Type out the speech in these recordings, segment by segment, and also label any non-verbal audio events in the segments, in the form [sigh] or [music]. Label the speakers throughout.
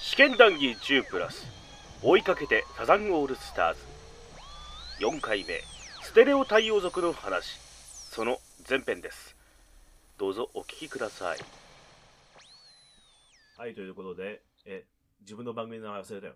Speaker 1: 試験談義10プラス追いかけてサザンオールスターズ4回目ステレオ太陽族の話その前編ですどうぞお聞きくださいはいということでえ自分の番組の名前忘れたよ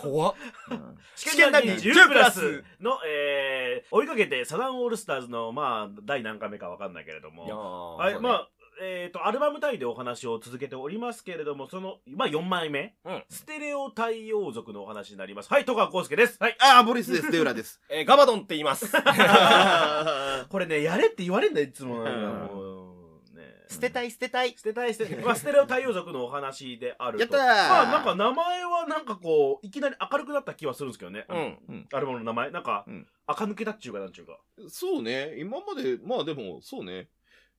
Speaker 2: 怖っ。
Speaker 3: うん
Speaker 1: 試験談義10プラスの、えー追いかけてサザンオールスターズのまあ第何回目かわかんないけれども
Speaker 3: いやー
Speaker 1: はい、
Speaker 3: そうね
Speaker 1: まあ、えっ、と、アルバム単位でお話を続けておりますけれども、その、まあ、4枚目、
Speaker 3: うん
Speaker 1: ステレオ太陽族のお話になります。はい、戸川康介です。
Speaker 3: はい、あー、ボリスです。デウラ [laughs] です。
Speaker 2: えーガバドンって言います。
Speaker 1: これね、やれって言われんだよ、いつも。
Speaker 3: ん
Speaker 1: もうね、
Speaker 2: [laughs] 捨てたい捨てたい。
Speaker 1: 捨てたい捨
Speaker 3: [laughs]
Speaker 1: てたい。まあ、ステレオ太陽族のお話であると。
Speaker 3: やったー
Speaker 1: まあ、なんか名前はなんかこう、いきなり明るくなった気はするんですけどね。
Speaker 2: うん。
Speaker 1: アルバムの名前。なんか、
Speaker 3: うん
Speaker 1: 垢抜けたっちゅうかなんちゅうか。
Speaker 3: そうね、今まで、まあでも、そうね。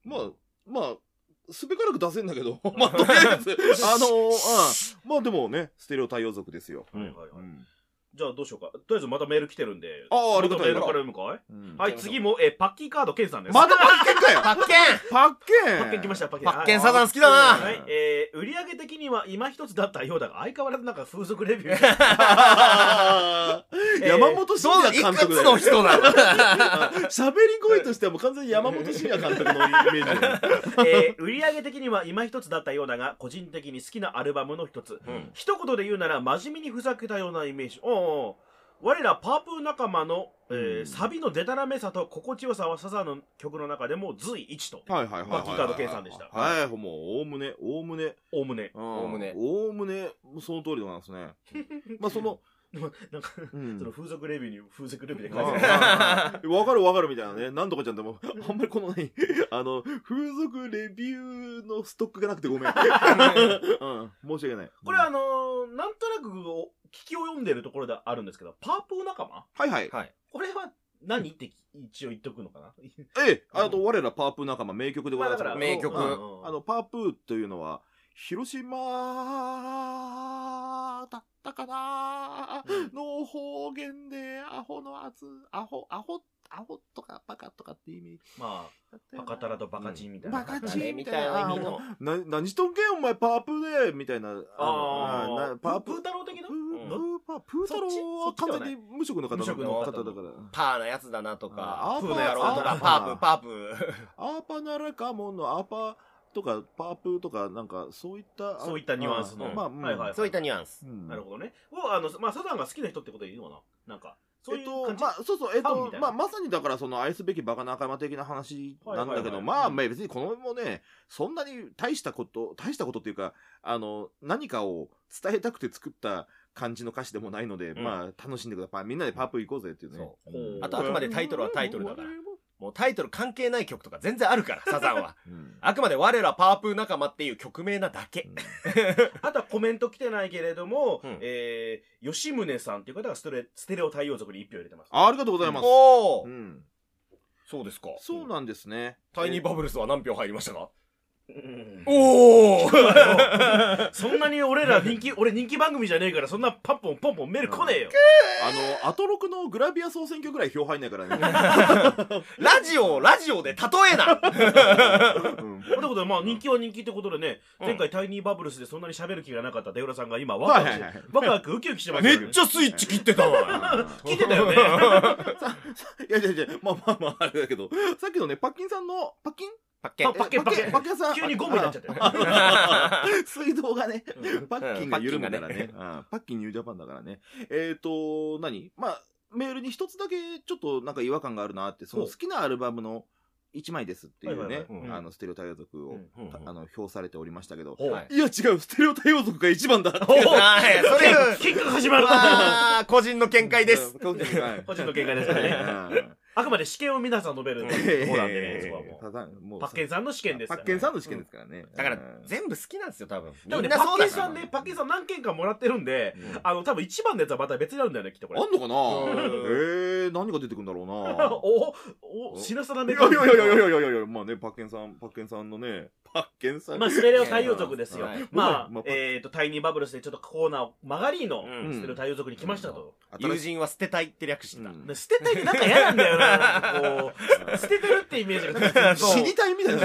Speaker 3: まあ、まあ、すべからく出せんだけど、 [laughs] まあ、とりあえず、あのー、うん。まあでもね、ステレオ対応族ですよ。
Speaker 1: はいはいはい。
Speaker 3: うん
Speaker 1: じゃあどうしようか。とりあえずまたメール来てるんで。
Speaker 3: あーありがた
Speaker 1: またメール
Speaker 3: い
Speaker 1: から読むかいはい、次も、えー、パッキーカードケンさんです。
Speaker 3: まだパッケンかよ
Speaker 2: パッケ
Speaker 3: パッケン
Speaker 1: パッケン来ました、パッケン。
Speaker 2: ンパッケン
Speaker 1: はい
Speaker 2: サザン好きだ
Speaker 1: は、
Speaker 2: ない
Speaker 1: えー、売上的には今一つだったようだが、相変わらずなんか風俗レビュー。えー
Speaker 3: [laughs] 山本慎
Speaker 2: そうだ、
Speaker 3: 也
Speaker 2: い
Speaker 3: 監
Speaker 2: く
Speaker 3: 督
Speaker 2: つ
Speaker 3: だ
Speaker 2: の
Speaker 3: よ。
Speaker 2: 人なの
Speaker 3: [laughs] 喋り声としてはもう完全に山本慎也監督のイメージだよ。
Speaker 1: え
Speaker 3: [laughs]
Speaker 1: ー、売上的には今一つだったようだが、個人的に好きなアルバムの一つ。
Speaker 2: うん
Speaker 1: 一言で言うなら、真面目にふざけたようなイメージ。おうおう我らパープー仲間の、えー
Speaker 3: うん
Speaker 1: サビのデタラメさと心地よさはサザンの曲の中でも随一と。
Speaker 3: はいはいはいはい。
Speaker 1: まあキーカード計算でした
Speaker 3: はい、もう、おおむね、おおむね。
Speaker 1: おおむね。
Speaker 3: お
Speaker 2: おおむね
Speaker 3: おおむね、その通りでございま
Speaker 1: [laughs]
Speaker 3: すね。まあ、その、
Speaker 1: なんか、
Speaker 3: うん
Speaker 1: その風俗レビューに風俗レビューで
Speaker 3: あ
Speaker 1: 書いてある。
Speaker 3: あああわかるわかるみたいなね。なんとかちゃんでも、あんまりこのね、 [laughs] あの、風俗レビューのストックがなくてご
Speaker 1: [laughs]
Speaker 3: めん。うん、申し訳ない。
Speaker 1: これはあのーなんとなくお聞きを読んでるところではあるんですけど、パープー仲間
Speaker 3: はいはい。
Speaker 1: これは何って一応言っとくのかな [laughs]
Speaker 3: ええ、あと、我らパープー仲間、名曲でございます
Speaker 1: まあだから
Speaker 2: 名曲
Speaker 3: うん
Speaker 1: うん
Speaker 3: あの、パープーというのは、広島だったかなの方言で、アホのあつ、アホ、アホ、アホとかバカとかって意味
Speaker 1: ま
Speaker 3: だった
Speaker 1: あ、バ
Speaker 3: よな。
Speaker 1: カタラとバカチンみたいな。
Speaker 3: バカ
Speaker 2: あ
Speaker 3: チ
Speaker 2: れ
Speaker 3: ン
Speaker 2: み
Speaker 3: み
Speaker 2: た
Speaker 3: た
Speaker 2: いな
Speaker 3: いな
Speaker 2: 意味の。
Speaker 3: な何しとんけんお前パープーでみたいな
Speaker 1: あ
Speaker 3: の
Speaker 1: ー
Speaker 3: なパー
Speaker 1: プ
Speaker 3: プ
Speaker 1: ー太郎的な
Speaker 3: プー
Speaker 1: う
Speaker 3: プープー太郎
Speaker 1: そっ
Speaker 3: は
Speaker 1: ちそっちでは
Speaker 3: 完
Speaker 1: ない
Speaker 3: 全に無職の方
Speaker 1: 無職の
Speaker 3: の
Speaker 1: 方
Speaker 3: 方だから
Speaker 2: パーなやつだなとか、
Speaker 3: あー
Speaker 2: プーのやろうと
Speaker 1: あ
Speaker 2: か
Speaker 1: ー、
Speaker 2: パープ、パープ。
Speaker 3: アーパならかもんのアーパーとかパープーとかなんかそういった
Speaker 1: そういったニュアンスの
Speaker 3: まあうん
Speaker 1: はいはい
Speaker 2: そういったニュアンス。
Speaker 3: うん
Speaker 1: なるほどね。を、あの、まあ、サザンが好きな人ってことでいいのかななんか、そう
Speaker 3: え
Speaker 1: い
Speaker 3: っ
Speaker 1: う
Speaker 3: と
Speaker 1: 感、じ。
Speaker 3: まあ、そうそう、えっ
Speaker 1: ファンみ
Speaker 3: と
Speaker 1: たい、な
Speaker 3: まあ、まさにだから、その、愛すべきバカ仲間的な話なんだけ
Speaker 1: はいはいはい
Speaker 3: ど、ま
Speaker 1: う
Speaker 3: あ、
Speaker 1: ん
Speaker 3: まあ、別にこのもね、そんなに大したこと、大したことっていうか、あの、何かを伝えたくて作った感じの歌詞でもないので、
Speaker 2: うん
Speaker 3: まあ、楽しんでください。みんなでパープ行こうぜっていうね
Speaker 2: そ。
Speaker 1: う
Speaker 3: うん
Speaker 1: あとあく
Speaker 2: までタイトルはタイトルだからもうタイトル関係ない曲とか全然あるから、サザンは。
Speaker 3: [laughs] うん
Speaker 2: あくまで我らパープ仲間っていう曲名なだけ。
Speaker 1: あとはコメント来てないけれども、
Speaker 2: うん
Speaker 1: えー、吉宗さんっていう方がステレステレオ太陽族に一票入れてます。
Speaker 3: あありがとうございます。
Speaker 2: お
Speaker 3: う
Speaker 2: ー
Speaker 3: ん
Speaker 2: そうですか。
Speaker 3: そうなんですね。
Speaker 2: タイニーバブルスは何票入りましたか
Speaker 1: うん
Speaker 2: おー
Speaker 1: そんなに俺ら人気、 [laughs] 俺人気番組じゃねえから、そんなパンポンポンポンメール来ねえよ。
Speaker 3: あの、アトロクのグラビア総選挙ぐらい票入んないからね。
Speaker 2: ラジオをラジオで例えな
Speaker 3: うん
Speaker 1: ということで、まあ、人気は人気ってことでね、
Speaker 2: うん
Speaker 1: 前回タイニーバブルスでそんなに喋る気がなかった出浦さんが今、ワクワクし
Speaker 3: はいはいはい
Speaker 1: ワクワクウキウキしてます
Speaker 2: め
Speaker 1: よね
Speaker 2: っちゃスイッチ切ってたわ。
Speaker 1: 聞いてた
Speaker 3: [laughs]
Speaker 1: よね。
Speaker 3: いやいやいや、まあまあまあ、あれだけど、さっきのね、パッキンさんの、パッキン
Speaker 2: パッケン。
Speaker 1: パッケン
Speaker 3: パッケン、パッケンさん。
Speaker 1: 急にゴムになっちゃったよ。
Speaker 3: あ水道がね、パッキンが緩むから
Speaker 2: うんパッ
Speaker 3: ね
Speaker 2: キ。
Speaker 3: うんパッキンニュージャパンだからね。えっと、何まあ、メールに一つだけちょっとなんか違和感があるなって、その
Speaker 1: ほう
Speaker 3: 好きなアルバムの一枚ですってい
Speaker 1: は
Speaker 3: う
Speaker 1: いはい
Speaker 3: ね
Speaker 2: はいうん、
Speaker 3: あの、ステレオ対応族
Speaker 1: う
Speaker 3: を
Speaker 1: ん、
Speaker 2: うん
Speaker 3: あの、表されておりましたけど、
Speaker 1: ほう
Speaker 2: はい
Speaker 3: いや違う、ステレオ対応族が一番だって
Speaker 2: おはいそれ、
Speaker 1: キックが始まる。
Speaker 2: わー個人の見解です。
Speaker 3: 個人の見解
Speaker 1: 個人の見解ですからね。
Speaker 3: うん
Speaker 1: あくまで試験を皆さん述べるんで、そうなんでね、そこはもう。
Speaker 3: ただもう
Speaker 1: パッケンさんの試験です。
Speaker 3: パッケンさんの試験ですからね。
Speaker 2: だから
Speaker 3: うん、
Speaker 2: 全部好きなんですよ、多分。
Speaker 1: 多分ね、
Speaker 2: みん
Speaker 1: パ
Speaker 2: なそ
Speaker 1: ッ
Speaker 2: う
Speaker 1: ケ
Speaker 2: だ
Speaker 1: ン
Speaker 2: から
Speaker 1: さんね、パッケンさん何件かもらってるんで、
Speaker 3: うん
Speaker 1: あの、多分一番のやつはまた別になるんだよね、きっとこれ。
Speaker 3: あんのかな
Speaker 2: う
Speaker 3: えー、何が出てくんだろうな
Speaker 1: おお品定め
Speaker 3: [laughs] いやいやいやいやいやいやいや、まあね、パッケンさん、パッケンさんのね、パッケンさん。
Speaker 1: まあ、ステレオ太陽族ですよ。
Speaker 2: はい
Speaker 1: まあ
Speaker 3: う、まい
Speaker 1: えっ、と、タイニーバブルスでちょっとコーナーを曲がりの、
Speaker 2: うん
Speaker 1: ステレオ太陽族に来ましたと。
Speaker 2: 友
Speaker 3: 新しい
Speaker 2: 人は捨てたいって略して
Speaker 3: う
Speaker 2: た。
Speaker 3: ん
Speaker 1: で捨てたいってなんか嫌なんだよな。
Speaker 4: こう捨ててるってイメージが出てくると
Speaker 3: [laughs] 死にたいみたいな。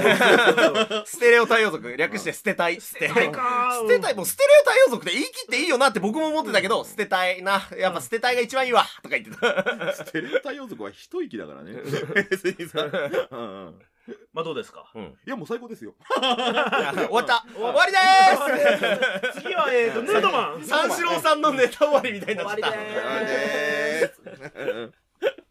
Speaker 2: ステレオ太陽族、略して捨てたい。捨て
Speaker 4: ないか
Speaker 2: 捨てたい、もうステレオ太陽族って言い切っていいよなって僕も思ってたけど、捨てたいな。やっぱ捨てたいが一番いいわとか言って [laughs] た。
Speaker 3: ステレオ太陽族は一息だからね。別にさ。うんうん
Speaker 4: まあどうですか
Speaker 3: [laughs] いや、もう最高ですよ。
Speaker 2: 終わった終わりで
Speaker 4: 次はえっとヌードマン
Speaker 2: ーす三四郎さんのネタ終わりみたいに
Speaker 4: 終
Speaker 2: なっ
Speaker 4: わ
Speaker 2: ち
Speaker 4: り
Speaker 2: ゃ
Speaker 4: で
Speaker 2: っ
Speaker 3: [laughs]
Speaker 4: ーす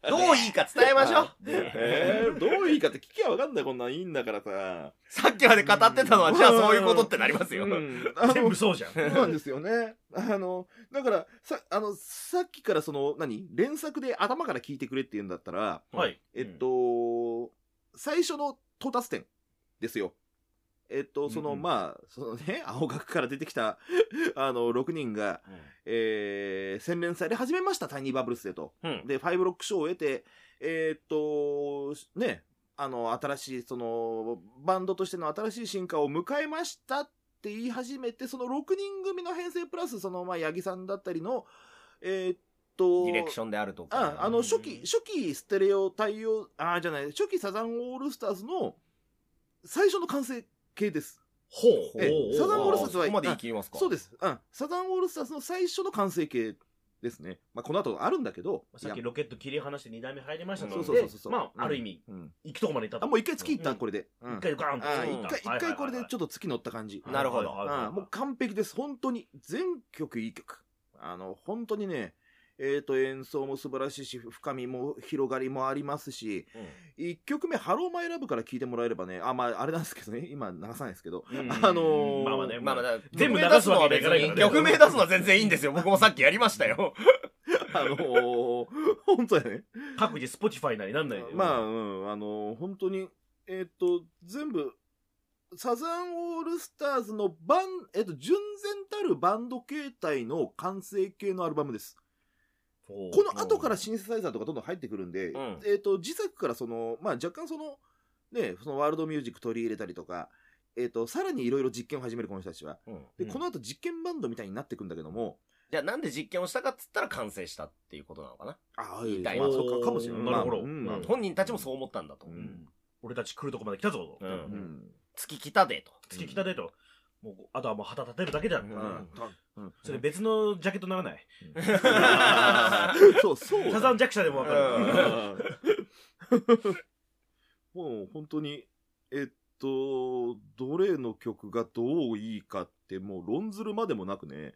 Speaker 2: た。どういいか伝えましょう。
Speaker 3: えー、どういいかって聞きゃわかんない、こんなんいいんだからさ。
Speaker 2: さっきまで語ってたのは、じゃあそういうことってなりますよ
Speaker 3: う。んあの
Speaker 4: 全部そうじゃん
Speaker 3: そうなんですよね。あの、だから、さ、あの、さっきからその、何連作で頭から聞いてくれって言うんだったら、
Speaker 4: はい
Speaker 3: えっと、最初の到達点ですよ。えっと、その、
Speaker 2: うんうん
Speaker 3: まあ、そのね、 [laughs] 青学から出てきた、 [laughs] あの、6人が、えー、洗練され始めました、タイニーバブルスでと。
Speaker 1: うん
Speaker 3: で、ファイブロック賞を得て、えーっと、ね、あの、新しい、その、バンドとしての新しい進化を迎えましたって言い始めて、その6人組の編成プラス、その、まあ、八木さんだったりの、えーっと、
Speaker 2: ディレクションであるとか
Speaker 3: あ。あの初期、初期ステレオ対応、あじゃない、初期サザンオールスターズの最初の完成形です。
Speaker 2: ほう
Speaker 3: ええサザンオールスターズは
Speaker 2: ここまで言い切りますか
Speaker 3: そうです。うん。サザンオールスターズの最初の完成形ですね。まあ、この後あるんだけど。
Speaker 4: さっきロケット切り離して2代目入りました
Speaker 3: そ
Speaker 4: の
Speaker 3: うそうそう
Speaker 4: で
Speaker 3: そう
Speaker 4: ま
Speaker 3: うん
Speaker 4: あある意味
Speaker 3: うん
Speaker 4: 行くとこまで行ったと
Speaker 3: あ、もう一回月行った、
Speaker 4: うん
Speaker 3: これで。うん
Speaker 4: 一回ガーンと
Speaker 3: あー
Speaker 4: 行
Speaker 3: 一
Speaker 4: った
Speaker 3: 回、一回これでちょっと月乗った感じ。
Speaker 2: いなるほど
Speaker 4: はいはいはいはい
Speaker 3: うんもう完璧です。本当に。全曲いい曲。あの、本当にね、えっ、と、演奏も素晴らしいし、深みも広がりもありますし、一曲目、ハローマイラブから聴いてもらえればね、あ、まあ、あれなんですけどね、今流さないですけど、
Speaker 2: うん
Speaker 3: あのー
Speaker 4: まあまあね
Speaker 2: まあまあ、だ
Speaker 4: 全部
Speaker 2: 曲名出
Speaker 4: 流すわけにはいかないからね
Speaker 2: 曲名出すのは全然いいんですよ。僕もさっきやりましたよ。
Speaker 3: あのー、本当だよね。
Speaker 4: 各自 Spotify なりなんなりで
Speaker 3: まあ、うん、あのー、本当に、えっ、と、全部、サザンオールスターズのバン、えっ、と、純然たるバンド形態の完成形のアルバムです。
Speaker 4: こ
Speaker 3: この後からシンセサイザーとかどんどん入ってくるんで、
Speaker 2: ん
Speaker 3: えっ、と、自作からその、まあ、若干その、ね、そのワールドミュージック取り入れたりとか、えっ、と、さらにいろいろ実験を始める、この人たちは。で、この後実験バンドみたいになってくんだけども、
Speaker 2: じゃあなんで実験をしたかっつったら完成したっていうことなのかな。
Speaker 3: ああ、
Speaker 2: みたいな
Speaker 3: まあ、そうか、かもしれない。
Speaker 4: なるほど
Speaker 3: まあうん
Speaker 4: なるほど
Speaker 2: 本人たちもそう思ったんだと。
Speaker 3: うん
Speaker 4: 俺たち来るとこまで来たぞと
Speaker 2: うん
Speaker 3: うん
Speaker 2: 月来たでと。
Speaker 4: 月来たでともうあとはもう旗立てるだけだ
Speaker 3: うんうん
Speaker 4: それ別のジャケットならない
Speaker 3: そう、そう。
Speaker 4: サザン弱者でもわかる [laughs]
Speaker 3: [laughs] もう本当に、えっと、どれの曲がどういいかって、もう論ずるまでもなくね。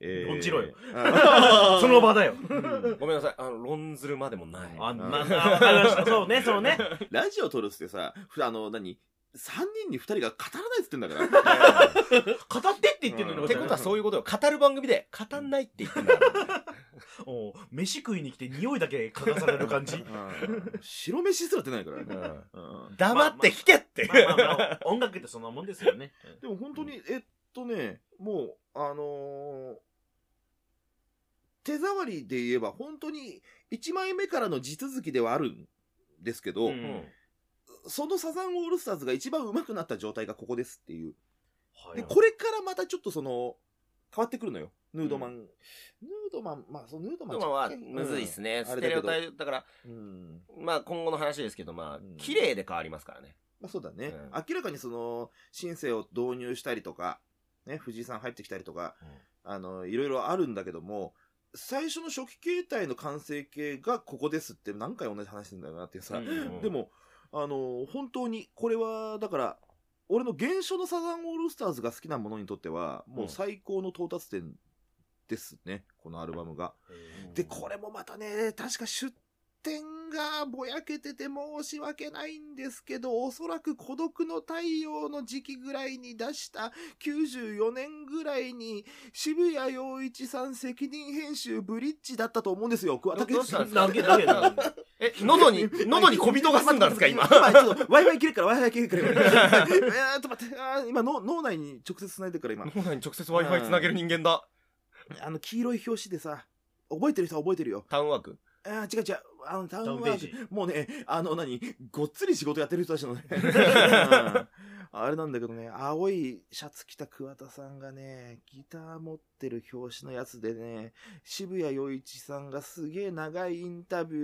Speaker 3: えー
Speaker 4: 論じろよ。
Speaker 3: あ
Speaker 4: [laughs]
Speaker 3: ー
Speaker 4: その場だよ
Speaker 3: うん
Speaker 2: ごめんなさい。あの、論ずるまでもない。
Speaker 4: あんなあわかりましたそうねそうね
Speaker 3: ラジオ撮るっつってさ、ふあの、何 ?3 人に2人が語らないっつってんだから。
Speaker 4: [laughs] 語ってって言ってるのに
Speaker 2: ってことはそういうことよ。語る番組で語んないって言ってんだから。
Speaker 4: おう飯食いに来て匂いだけ嗅がされる感じ
Speaker 3: うん白飯すら出ないからね。うん
Speaker 2: 黙って聞けって。
Speaker 4: まあまあ
Speaker 2: [laughs]
Speaker 4: まあ音楽ってそんなもんですよね
Speaker 3: でも本当に、えっとね、もう、あのー手触りで言えば本当に1枚目からの地続きではあるんですけど、
Speaker 4: うん
Speaker 2: うん
Speaker 3: そのサザンオールスターズが一番上手くなった状態がここですっていう。
Speaker 4: はい
Speaker 3: で、これからまたちょっとその、変わってくるのよ。ヌードマン。ヌードマン、まあ、そのヌードマン
Speaker 2: まあまあ
Speaker 3: 若干
Speaker 2: むずいっすね。
Speaker 3: うん
Speaker 2: ス
Speaker 3: あれ
Speaker 2: テレ
Speaker 3: だけど
Speaker 2: オタイプ、だから、
Speaker 3: うん。
Speaker 2: まあ今後の話ですけど、まあ
Speaker 3: うん、
Speaker 2: 綺麗で変わりますからね。
Speaker 3: まあ、そうだね、
Speaker 2: うん
Speaker 3: 明らかにその、シンセを導入したりとか、ね、藤井さん入ってきたりとか、あの、いろいろあるんだけども、最初の初期形態の完成形がここですって何回同じ話するんだよなっていうさ、
Speaker 4: うん
Speaker 3: でも、あの、本当に、これは、だから、俺の現象のサザンオールスターズが好きなものにとっては、もう最高の到達点ですね、このアルバムが。で、これもまたね、確か出典がぼやけてて申し訳ないんですけど、おそらく孤独の太陽の時期ぐらいに出した94年ぐらいに、渋谷陽一さん責任編集ブリッジだったと思うんですよ。桑田佳祐さん
Speaker 4: 投げ投げ投げ
Speaker 2: [laughs] え、喉
Speaker 3: [laughs]
Speaker 2: に、喉に小人が住んだんですか、今。
Speaker 3: 今ちょっと Wi-Fi 切れるから Wi-Fi 切れるか
Speaker 2: [laughs]
Speaker 3: らえーっと待ってあー今の脳内に直接繋いでるから今
Speaker 2: 脳内に直接 Wi-Fi 繋げる人間だ。
Speaker 3: あの黄色い表紙でさ覚えてる人は覚えてるよ
Speaker 2: タウンワーク
Speaker 3: あー違う違うあの、タウ
Speaker 4: ダウ
Speaker 3: ン
Speaker 4: ン
Speaker 3: ワ
Speaker 4: デー
Speaker 3: ー
Speaker 4: ジ
Speaker 3: ク、もうね、あの、何、ごっつり仕事やってる人たち
Speaker 2: [laughs]
Speaker 3: のね、うんあれなんだけどね、青いシャツ着た桑田さんがね、ギター持ってる表紙のやつでね、渋谷陽一さんがすげえ長いインタビュ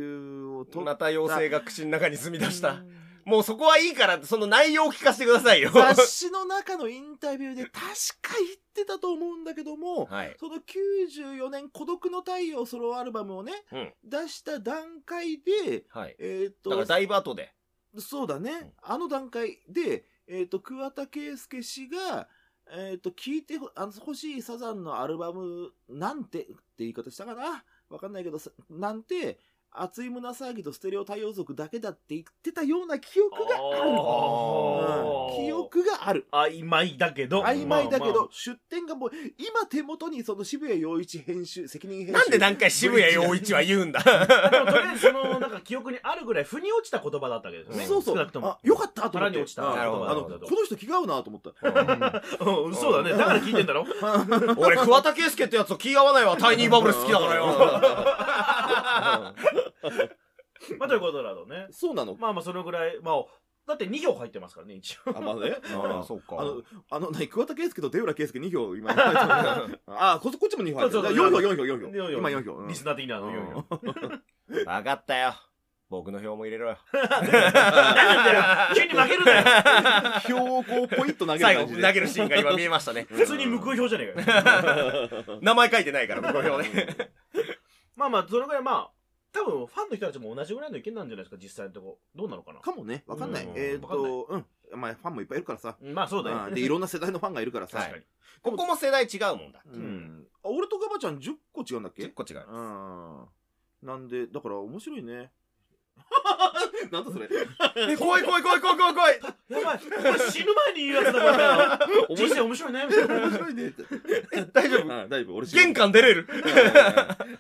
Speaker 3: ーを撮
Speaker 2: また妖精が口の中に住み出した
Speaker 3: う。ん
Speaker 2: もうそこはいいから、その内容を聞かせてくださいよ。
Speaker 3: 雑誌の中のインタビューで確か言ってたと思うんだけども、
Speaker 2: はい。
Speaker 3: その94年孤独の太陽ソロアルバムをね、
Speaker 2: うん
Speaker 3: 出した段階で、
Speaker 2: はい。
Speaker 3: えっ、と、
Speaker 2: だからだいぶ後で。
Speaker 3: そうだね、あの段階で、えー、と桑田佳祐氏が、えー、と聞いてほあの欲しいサザンのアルバムなんてって言い方したかなわかんないけどさなんて熱い胸騒ぎとステレオ太陽族だけだって言ってたような記憶がある
Speaker 4: あー
Speaker 3: うん記憶がある
Speaker 4: 曖昧だけど
Speaker 3: 曖昧だけど、
Speaker 4: まあまあ
Speaker 3: 出典がもう今手元にその渋谷陽一編集責任編集
Speaker 2: なんで何回渋谷陽一は言うんだ
Speaker 4: でもとりあえずそのなんか記憶にあるぐらい腑に落ちた言葉だったわけですよね。
Speaker 3: そうそう
Speaker 4: 少なくとも
Speaker 3: あ。よかったと思
Speaker 4: 腹
Speaker 3: っ
Speaker 4: に
Speaker 3: て
Speaker 4: 落ちた
Speaker 3: うん
Speaker 2: なるほど
Speaker 3: あの
Speaker 4: なるほど
Speaker 3: この人気が合うなと
Speaker 4: [laughs]
Speaker 3: 思った
Speaker 4: うんそうだね。だから聞いてんだろ。
Speaker 3: [laughs]
Speaker 2: 俺、桑田佳祐ってやつと気合わないわ。タイニーバブル好きだからよ。
Speaker 4: まあということだろうね。
Speaker 3: そうな
Speaker 4: [laughs]
Speaker 3: の
Speaker 4: まあまあそのぐらいまあだって2行入ってますからね一応。
Speaker 3: あ、まあね。あ
Speaker 2: そうか
Speaker 3: あの、あの、何、桑田佳祐と出浦佳祐2票、今。ああ、こ、こっちも2票入って
Speaker 4: そ
Speaker 3: る。
Speaker 4: うそう
Speaker 3: 4票、4票、4票。
Speaker 4: 4票
Speaker 3: 今4票。うん
Speaker 4: リスナー的なのよ。
Speaker 2: わかったよ。僕の票も入れろよ。
Speaker 4: 急に負けるなよ。
Speaker 3: 票をこう、ポイッと投げ
Speaker 2: [laughs]
Speaker 3: る
Speaker 2: 最後、
Speaker 3: 感じ
Speaker 2: 投
Speaker 3: で。
Speaker 2: げる
Speaker 3: [laughs]
Speaker 2: シーンが今見えました [laughs] ね。
Speaker 4: 普通に無効票じゃねえかよ。
Speaker 2: 名前書いてないから、僕の票ね。
Speaker 4: まあまあそのぐらいまあ多分ファンの人たちも同じぐらいの意見なんじゃないですか実際のとこどうなのかな。
Speaker 3: かもね、わかんない
Speaker 4: うん。
Speaker 3: えっ
Speaker 4: わかんな
Speaker 3: と、うん。まあ、ファンもいっぱいいるからさ。
Speaker 4: まあそうだ
Speaker 3: う
Speaker 4: よ
Speaker 3: んで、いろんな世代のファンがいるからさ。
Speaker 2: は
Speaker 4: 確か
Speaker 2: い
Speaker 4: に。
Speaker 2: ここも世代違うもんだ。
Speaker 3: うん。あ俺とガバちゃん10個違うんだっけ
Speaker 2: 結構違う。
Speaker 3: うん。なんで、だから面白
Speaker 4: [laughs]
Speaker 3: いね。なんだそれ。
Speaker 2: え、怖い怖い怖い怖い怖い怖い
Speaker 4: やばい。これ死ぬ前に言うやつだから。人生面白いね。みたいな
Speaker 3: 面白いねって。
Speaker 2: 大丈
Speaker 3: うん
Speaker 2: 夫
Speaker 3: 大丈夫、俺
Speaker 2: [laughs] 玄関出れる
Speaker 3: うんうんうん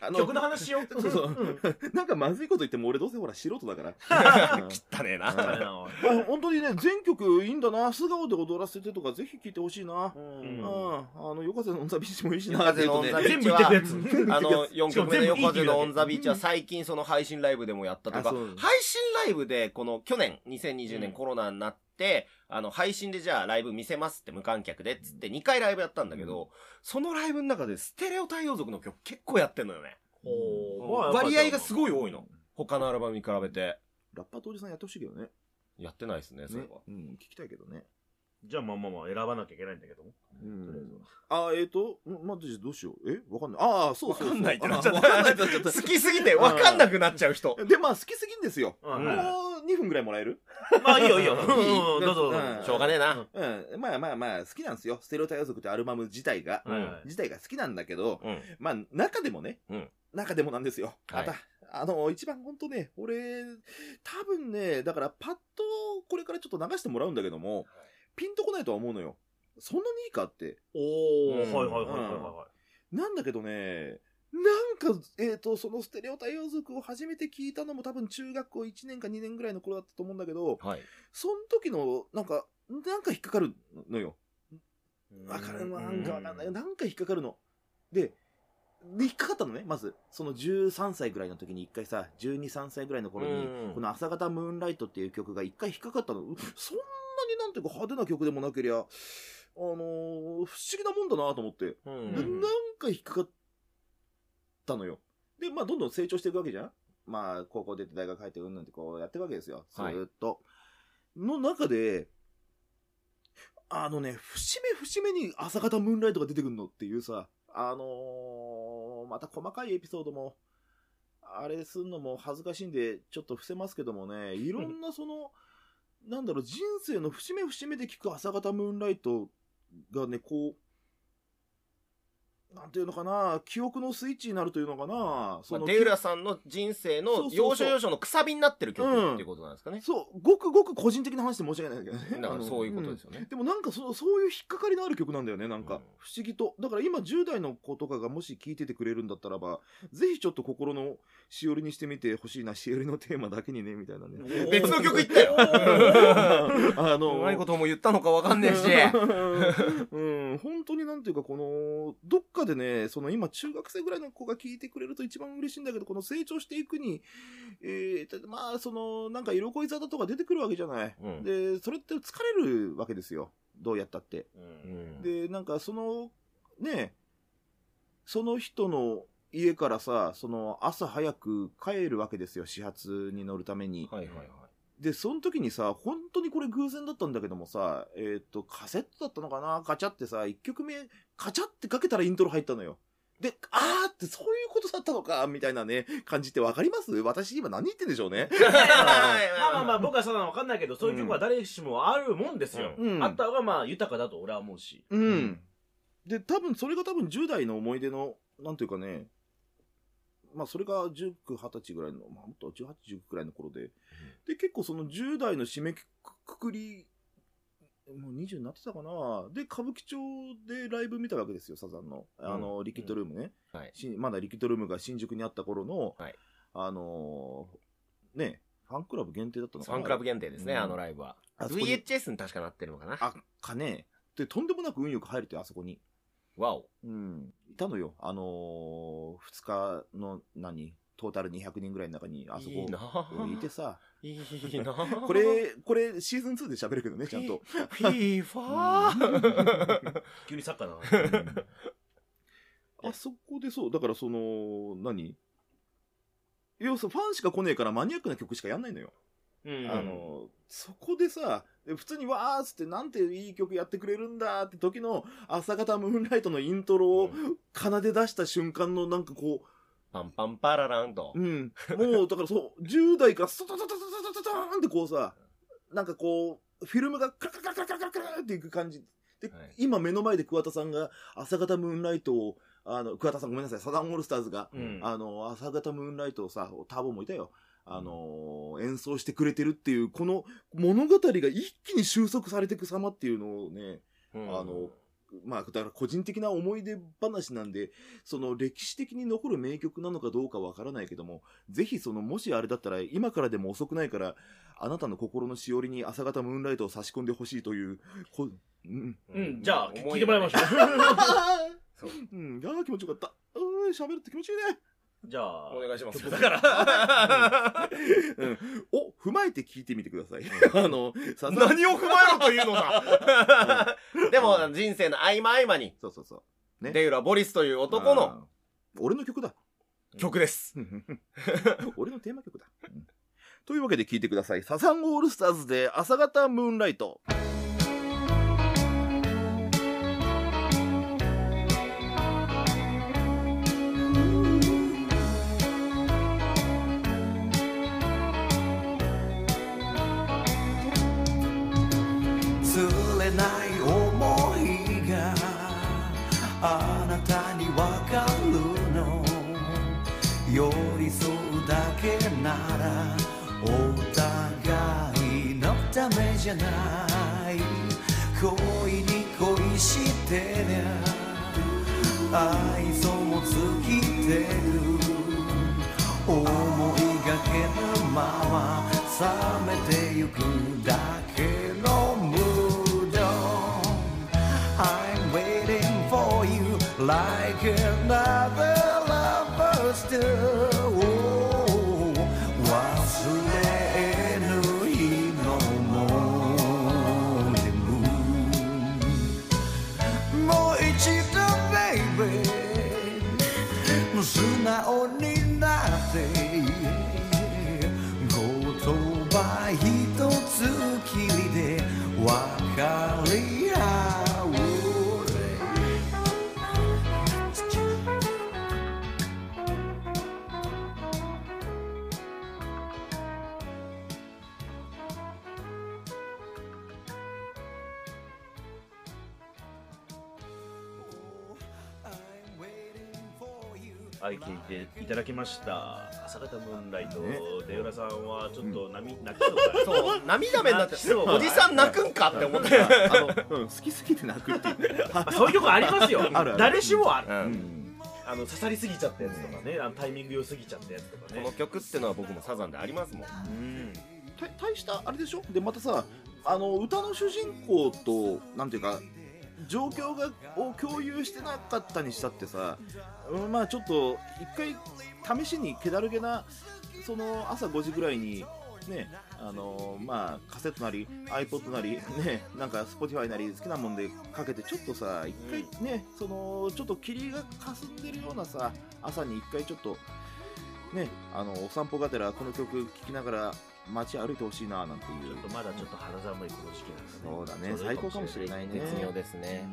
Speaker 3: あの
Speaker 4: 曲の話しよう。
Speaker 3: そうそうんなんかまずいこと言っても俺どうせほら素人だから。
Speaker 2: 汚ねえ
Speaker 3: うん
Speaker 2: な。
Speaker 3: あ [laughs] 本当にね、全曲いいんだな。素顔で踊らせてとかぜひ聴いてほしいな。うん。
Speaker 4: ん
Speaker 3: あの、ヨカゼのオンザビーチもいいしな。
Speaker 2: 夜風のオンザビ
Speaker 4: 全部
Speaker 2: ーチ
Speaker 4: 言って
Speaker 2: は
Speaker 4: るやつ。
Speaker 2: あの、4曲目の
Speaker 4: しかも
Speaker 2: 横
Speaker 4: 全部いい
Speaker 2: 手
Speaker 4: 日だ
Speaker 2: の
Speaker 4: け
Speaker 2: オンザビーチは最近その配信ライブでもやったとか
Speaker 3: あそう、
Speaker 2: 配信ライブでこの去年2020
Speaker 4: う
Speaker 2: 年
Speaker 4: ん
Speaker 2: コロナになって、あの、配信でじゃあライブ見せますって無観客でっつって2回ライブやったんだけど、そのライブの中でステレオ太陽族の曲結構やってんのよね。
Speaker 4: ほう
Speaker 2: 割合がすごい多いの。他のアルバムに比べて。
Speaker 3: ラッパーとおじさんやってほしいけどね。
Speaker 2: やってないですね、それ
Speaker 3: ね
Speaker 2: は。。
Speaker 3: うん、聞きたいけどね。
Speaker 4: じゃあまあまあまあ選ばなきゃいけないんだけども。
Speaker 3: うん
Speaker 4: とりあえずは
Speaker 3: あ、えっと、んまあ、じゃあどうしよう。えわかんない。ああ、そうそうそう。
Speaker 2: わかんないってなっちゃった
Speaker 3: あわかんないってなっちゃっ
Speaker 2: 好きすぎて分かんなくなっちゃう人。
Speaker 3: た。 [laughs] で、まあ、好きすぎんですよ。
Speaker 4: うん
Speaker 3: もう2分ぐらいもらえる
Speaker 4: まあいいよいいよ。
Speaker 3: う
Speaker 4: うんんうんどうぞどうぞ
Speaker 3: うん。
Speaker 2: しょうがねえな。
Speaker 3: うん。まあまあまあ、好きなんですよ。ステレオタイプ族ってアルバム自体が。
Speaker 4: はいはい
Speaker 3: 自体が好きなんだけど、
Speaker 2: うん。
Speaker 3: まあ、中でもね、
Speaker 2: うん
Speaker 3: 中でもなんですよ。
Speaker 2: は
Speaker 3: ま
Speaker 2: い
Speaker 3: た、あの、一番本当ね、俺、多分ね、だからパッとこれからちょっと流してもらうんだけども、ピンとこないとは思うのよ。そんなにいいかって。
Speaker 4: おおはいはいはいはいは
Speaker 3: なんだけどね、なんか、えっ、と、そのステレオタイプ族を初めて聞いたのも多分中学校1年か2年ぐらいの頃だったと思うんだけど、
Speaker 2: はい。
Speaker 3: その時の、なんか、なんか引っかかるのよ。
Speaker 4: い。
Speaker 3: わかるなんかわかんない。なんか引っかかるの。で、で引っかかったのね、まず。その13歳ぐらいの時に一回さ、12、3歳ぐらいの頃に、
Speaker 2: うん
Speaker 3: この朝方ムーンライトっていう曲が一回引っかかったの。うそんなになんていうか派手な曲でもなけりゃ、あのー不思議なもんだなと思って。
Speaker 2: う
Speaker 3: で
Speaker 4: ん
Speaker 3: なんか引っかかったのよ。で、まあ、どんどん成長していくわけじゃんまあ、高校出て大学入ってうんなんてこうやってるわけですよ。ず
Speaker 2: はい
Speaker 3: ーっと。の中で、あのね、節目節目に朝方ムーンライトが出てくるのっていうさ、あのーまた細かいエピソードも、あれすんのも恥ずかしいんで、ちょっと伏せますけどもね、いろんなその、なんだろう、人生の節目節目で聞く朝方ムーンライトがね、こう、なんていうのかな、記憶のスイッチになるというのかな、そ
Speaker 2: まあ
Speaker 3: の、
Speaker 2: 出浦さんの人生
Speaker 3: そうそう
Speaker 2: の
Speaker 3: そう
Speaker 2: 要所要所のくさびになってる曲
Speaker 3: うん
Speaker 2: っていうことなんですかね。
Speaker 3: そう、ごくごく個人的な話で申し訳ないんだけどね。。
Speaker 2: だからそういうことですすよね。
Speaker 3: でもなんかそのそういう引っかかりのある曲なんだよねなんか、
Speaker 2: うん
Speaker 3: 不思議とだから今10代の子とかがもし聴いててくれるんだったらばぜひちょっと心のしおりにしてみてほしいなしおりのテーマだけにねみたいなね
Speaker 2: 別の曲言ったよ。
Speaker 4: [laughs]
Speaker 3: あ
Speaker 2: う
Speaker 3: の [laughs]
Speaker 2: まいことも言ったのかわかんねえし。
Speaker 3: うん、本当になんていうか、この、どっかでね、その今中学生ぐらいの子が聞いてくれると一番嬉しいんだけど、この成長していくに、えーたまあその、なんか色恋沙汰とか出てくるわけじゃない。
Speaker 2: うん
Speaker 3: で、それって疲れるわけですよ。どうやったって。
Speaker 4: う
Speaker 2: うんん
Speaker 3: で、なんかその、ね、その人の家からさ、その朝早く帰るわけですよ、始発に乗るために。
Speaker 2: はいはいはい。
Speaker 3: で、その時にさ、本当にこれ偶然だったんだけどもさ、えっ、と、カセットだったのかなガチャってさ、1曲目、カチャってかけたらイントロ入ったのよ。で、あーってそういうことだったのか、みたいなね、感じってわかります私今何言ってんでしょうね。
Speaker 4: まあまあまあ、僕はさ、わかんないけど、そういう曲は誰しもあるもんですよ。
Speaker 3: うん
Speaker 4: あった方がまあ、豊かだと俺は思うし。
Speaker 3: う。。
Speaker 2: うん
Speaker 3: で、多分それが多分10代の思い出の、なんていうかね、まあそれが19、20歳ぐらいの、まあもっと18、19くらいの頃で、で、結構その10代の締めくくり、もう20になってたかなで、歌舞伎町でライブ見たわけですよ、サザンの。あの、リキッドルームね、
Speaker 2: はい。
Speaker 3: しまだリキッドルームが新宿にあった頃の、
Speaker 2: はい
Speaker 3: あのーね、ファンクラブ限定だったの
Speaker 2: フ
Speaker 3: かな
Speaker 2: ァンクラブ限定ですね、
Speaker 3: うん
Speaker 2: あのライブは。
Speaker 3: あそこに
Speaker 2: VHS に確かなってるのかな。
Speaker 3: あ、かねで、とんでもなく運よく入れて、あそこに。
Speaker 2: わお。
Speaker 3: うん、いたのよ。あのー、2日の何、トータル200人ぐらいの中に、あそこ、
Speaker 2: いいな
Speaker 3: うんい
Speaker 2: [laughs]
Speaker 3: てさ、
Speaker 2: いいな
Speaker 3: これ、これ、シーズン2で喋るけどね、ち
Speaker 2: [laughs]
Speaker 3: ゃんと。
Speaker 2: フィーファー
Speaker 4: 急にサッカーな。
Speaker 3: あそこでそう、だからその、何要するにファンしか来ねえからマニアックな曲しかやんないのよ。
Speaker 4: うん
Speaker 3: あ、の、そこでさ、で普通にわーっつってなんていい曲やってくれるんだって時の朝方ムーンライトのイントロを奏で出した瞬間のなんかこ
Speaker 2: パンパンパラランと
Speaker 3: う、う。ん、もうだからそう、10代 [laughs] からストトトトトトトトーンってこうさ、なんかこう、フィルムがカラカラカラカラカラカラっていく感じ。で、
Speaker 2: はい
Speaker 3: 今目の前で桑田さんが朝方ムーンライトを、あの、桑田さんごめんなさい、サザンオールスターズが、
Speaker 4: うん。
Speaker 3: あの、朝方ムーンライトをさ、ターボもいたよ。あの、演奏してくれてるっていう、この物語が一気に収束されていく様っていうのをね、
Speaker 2: うん
Speaker 3: あの、まあ、だから個人的な思い出話なんで、その歴史的に残る名曲なのかどうかわからないけども、ぜひその、もしあれだったら今からでも遅くないから、あなたの心のしおりに朝方ムーンライトを差し込んでほしいという、こうん、
Speaker 4: うん、じゃあ、
Speaker 2: 思
Speaker 4: 聞いてもらいましょう。
Speaker 2: そう
Speaker 3: うん、あー気持ちよかった。うーん、喋るって気持ちいいね。
Speaker 4: [laughs] じゃあ、
Speaker 2: お願いします。
Speaker 4: 曲
Speaker 2: だから、
Speaker 3: うんを踏まえて聞いてみてください。あの、さす
Speaker 2: [laughs]
Speaker 3: が
Speaker 2: 何を踏まえろというのだ。 [laughs] でも、人生の合間合間に、
Speaker 3: そうそうそう。ね
Speaker 2: デウラ・ボリスという男の
Speaker 3: あー。俺の曲だ。 [laughs]
Speaker 2: 曲です。
Speaker 3: 俺のテーマ曲だ。うんというわけで聞いてください。サザンオールスターズで朝方ムーンライト。
Speaker 5: 釣れない思いがあなたにわかるの寄り添うだけならお互いのためじゃない恋に恋してりゃ愛想も尽きてる思いがけぬまま冷めてゆくだけのムード I'm waiting for you like another lover's do 忘れぬ日のモーニングもう一度ベイベー素直になって言葉一つきりで分かり合う
Speaker 4: はい、聞いていただきました。朝方ムーンライト。で、浦さんはちょっと波、泣きそうだね
Speaker 2: [laughs] そう、涙目になって、
Speaker 4: そう
Speaker 2: おじさん泣くんかって思った
Speaker 3: あの、うん好きすぎて泣くっていう。。
Speaker 2: [laughs]
Speaker 4: まあそういう曲ありますよ
Speaker 3: あるある
Speaker 4: 誰しもある。
Speaker 2: ら。
Speaker 3: う
Speaker 2: うん
Speaker 3: ん
Speaker 4: あの、刺さりすぎちゃったやつとかね。あのタイミング良すぎちゃったやつとか
Speaker 2: こ
Speaker 4: ね
Speaker 2: の。曲ってのは僕もサザンでありますもん。
Speaker 4: うん。
Speaker 3: た大したあれでしょでまたさあの歌の主人公となんていうか状況がを共有してなかったにしたってさうんまあちょっと一回試しに気だるげなその朝5時ぐらいにねあのまあカセットなり iPod なりねなんか Spotify なり好きなもんでかけてちょっとさ一回ね、そのちょっと霧が霞んでるようなさ朝に一回ちょっとねあのお散歩がてらこの曲聴きながら街歩いてほしいななんて
Speaker 4: ち
Speaker 3: い
Speaker 4: ょ
Speaker 3: う
Speaker 4: っとまだちょっと肌寒いこの時期なんですね
Speaker 3: そうだね最高かもしれないね
Speaker 2: 絶妙ですね。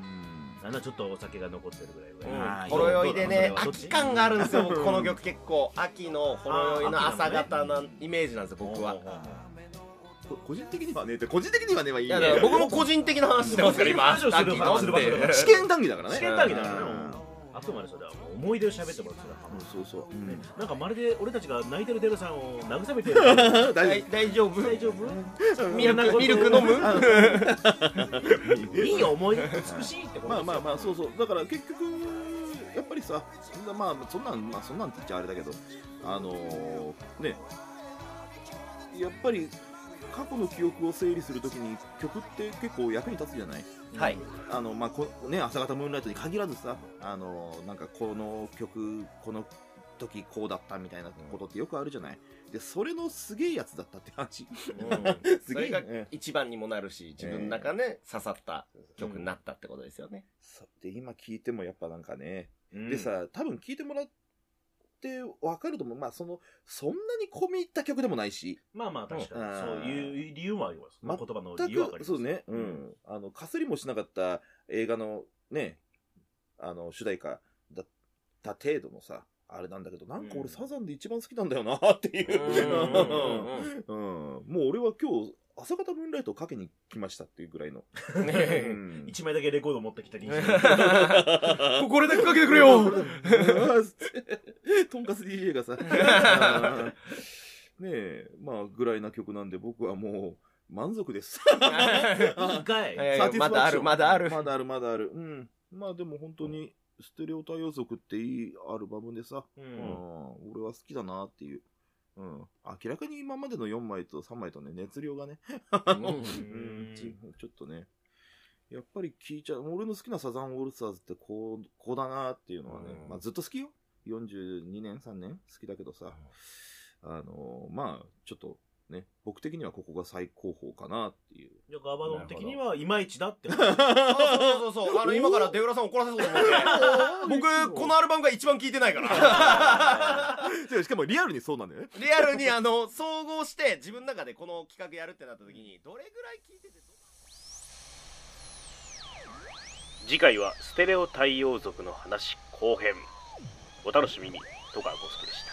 Speaker 4: なんだちょっとお酒が残ってるぐらいぐ
Speaker 2: う
Speaker 4: らい
Speaker 2: ん
Speaker 4: あー
Speaker 2: ほろ酔いでね、
Speaker 4: どっち
Speaker 2: 秋感があるんですよ、僕この曲結構。秋のほろ酔いの
Speaker 4: あー秋な
Speaker 2: 朝
Speaker 4: のね
Speaker 2: 方なイメージなんですよ、僕は。
Speaker 3: こ個人的にはねって個人的にはねはいい
Speaker 2: い
Speaker 3: ね
Speaker 2: や、だから僕も個人的な話してますから、今。
Speaker 4: 個人的な話をする場
Speaker 2: 秋のって
Speaker 4: する場所
Speaker 3: 試験談義だからね
Speaker 4: 試験談義だからね
Speaker 3: うん
Speaker 4: あくまでそれはもう思い出を喋ってもらうそれは
Speaker 3: うんそうそう、う
Speaker 4: ね
Speaker 3: ん、
Speaker 4: なんかまるで俺たちが泣いてるデルさんを慰
Speaker 3: [laughs]
Speaker 4: めてる大
Speaker 3: 大丈
Speaker 2: [laughs] 大大丈夫
Speaker 4: 丈夫
Speaker 2: ミルクミルク飲む
Speaker 3: 夫
Speaker 4: いい思い出美しいってことですよ
Speaker 3: まあまあまあそうそうだから結局やっぱりさそんなまあそんなんまあそんなんって言っちゃあれだけどあのーねやっぱり過去の記憶を整理するときに曲って結構役に立つじゃない
Speaker 2: はい。
Speaker 3: あのまあこね朝方ムーンライトに限らずさあのなんかこの曲この時こうだったみたいなことってよくあるじゃないでそれのすげえやつだったって話す
Speaker 2: そ
Speaker 3: げ
Speaker 2: れ
Speaker 3: え
Speaker 2: が
Speaker 3: ね
Speaker 2: 一番にもなるし、自分の中で刺さった曲になったってことですよね。
Speaker 3: そうで今聞いてもやっぱなんかね
Speaker 4: うん
Speaker 3: でさ多分聞いてもらってわかると思うまあそのそんなに込み入った曲でもないし
Speaker 4: まあまあ確か
Speaker 3: うん
Speaker 4: にそういう理由もあります言
Speaker 3: 全
Speaker 4: 葉の
Speaker 3: 全
Speaker 4: 理由はわかり
Speaker 3: く
Speaker 4: ます
Speaker 3: そうねうん、あのかすりもしなかった映画のねあの主題歌だった程度のさあれなんだけどなんか
Speaker 4: うん
Speaker 3: 俺サザンで一番好きなんだよなっていう
Speaker 2: うんうんうん
Speaker 3: うんもう俺は今日朝方ムーンライトをかけに来ましたっていうぐらいの、う
Speaker 2: ね
Speaker 3: ん
Speaker 4: 一枚だけレコード持ってきたり
Speaker 3: [laughs]
Speaker 2: これだけかけてくれ
Speaker 3: う
Speaker 2: よ
Speaker 3: わ [laughs] とんかつ DJ
Speaker 2: [laughs]
Speaker 3: がさ。 [laughs] ねえ、まあ、ぐらいな曲なんで、僕はもう、満足です。
Speaker 4: いいかい
Speaker 2: えー
Speaker 3: サティスフ
Speaker 2: ま
Speaker 3: ァクショ
Speaker 2: だある
Speaker 3: ン
Speaker 2: まだある
Speaker 3: まだある、まだある。うん。まあ、でも本当に、ステレオ多様族っていいアルバムでさ、
Speaker 4: う
Speaker 3: うんん、俺は好きだなっていう。うん、明らかに今までの4枚と3枚とね、熱量がね、
Speaker 4: うん
Speaker 3: ちちょっとね、やっぱり聞いちゃう、俺の好きなサザンオールスターズってこう、こうだなっていうのはね、
Speaker 2: うん
Speaker 3: まあずっと好きよ。42年、3年好きだけどさ、あのーまあちょっとね、僕的にはここが最高峰かなって [laughs] いう。
Speaker 4: じゃあガバドン的にはいまいちだってこと
Speaker 2: あそうそうそうそう。あの、今からデウラさん怒らせそうと思って。僕、このアルバムが一番聴いてない [laughs] から。
Speaker 3: しかもリアルにそうなんだよね。
Speaker 2: リアルに、あの、総合して、自分の中でこの企画やるってなった時に、どれぐらい聴いててど
Speaker 1: 次回はステレオ太陽族の話後編お楽しみに戸川浩介でした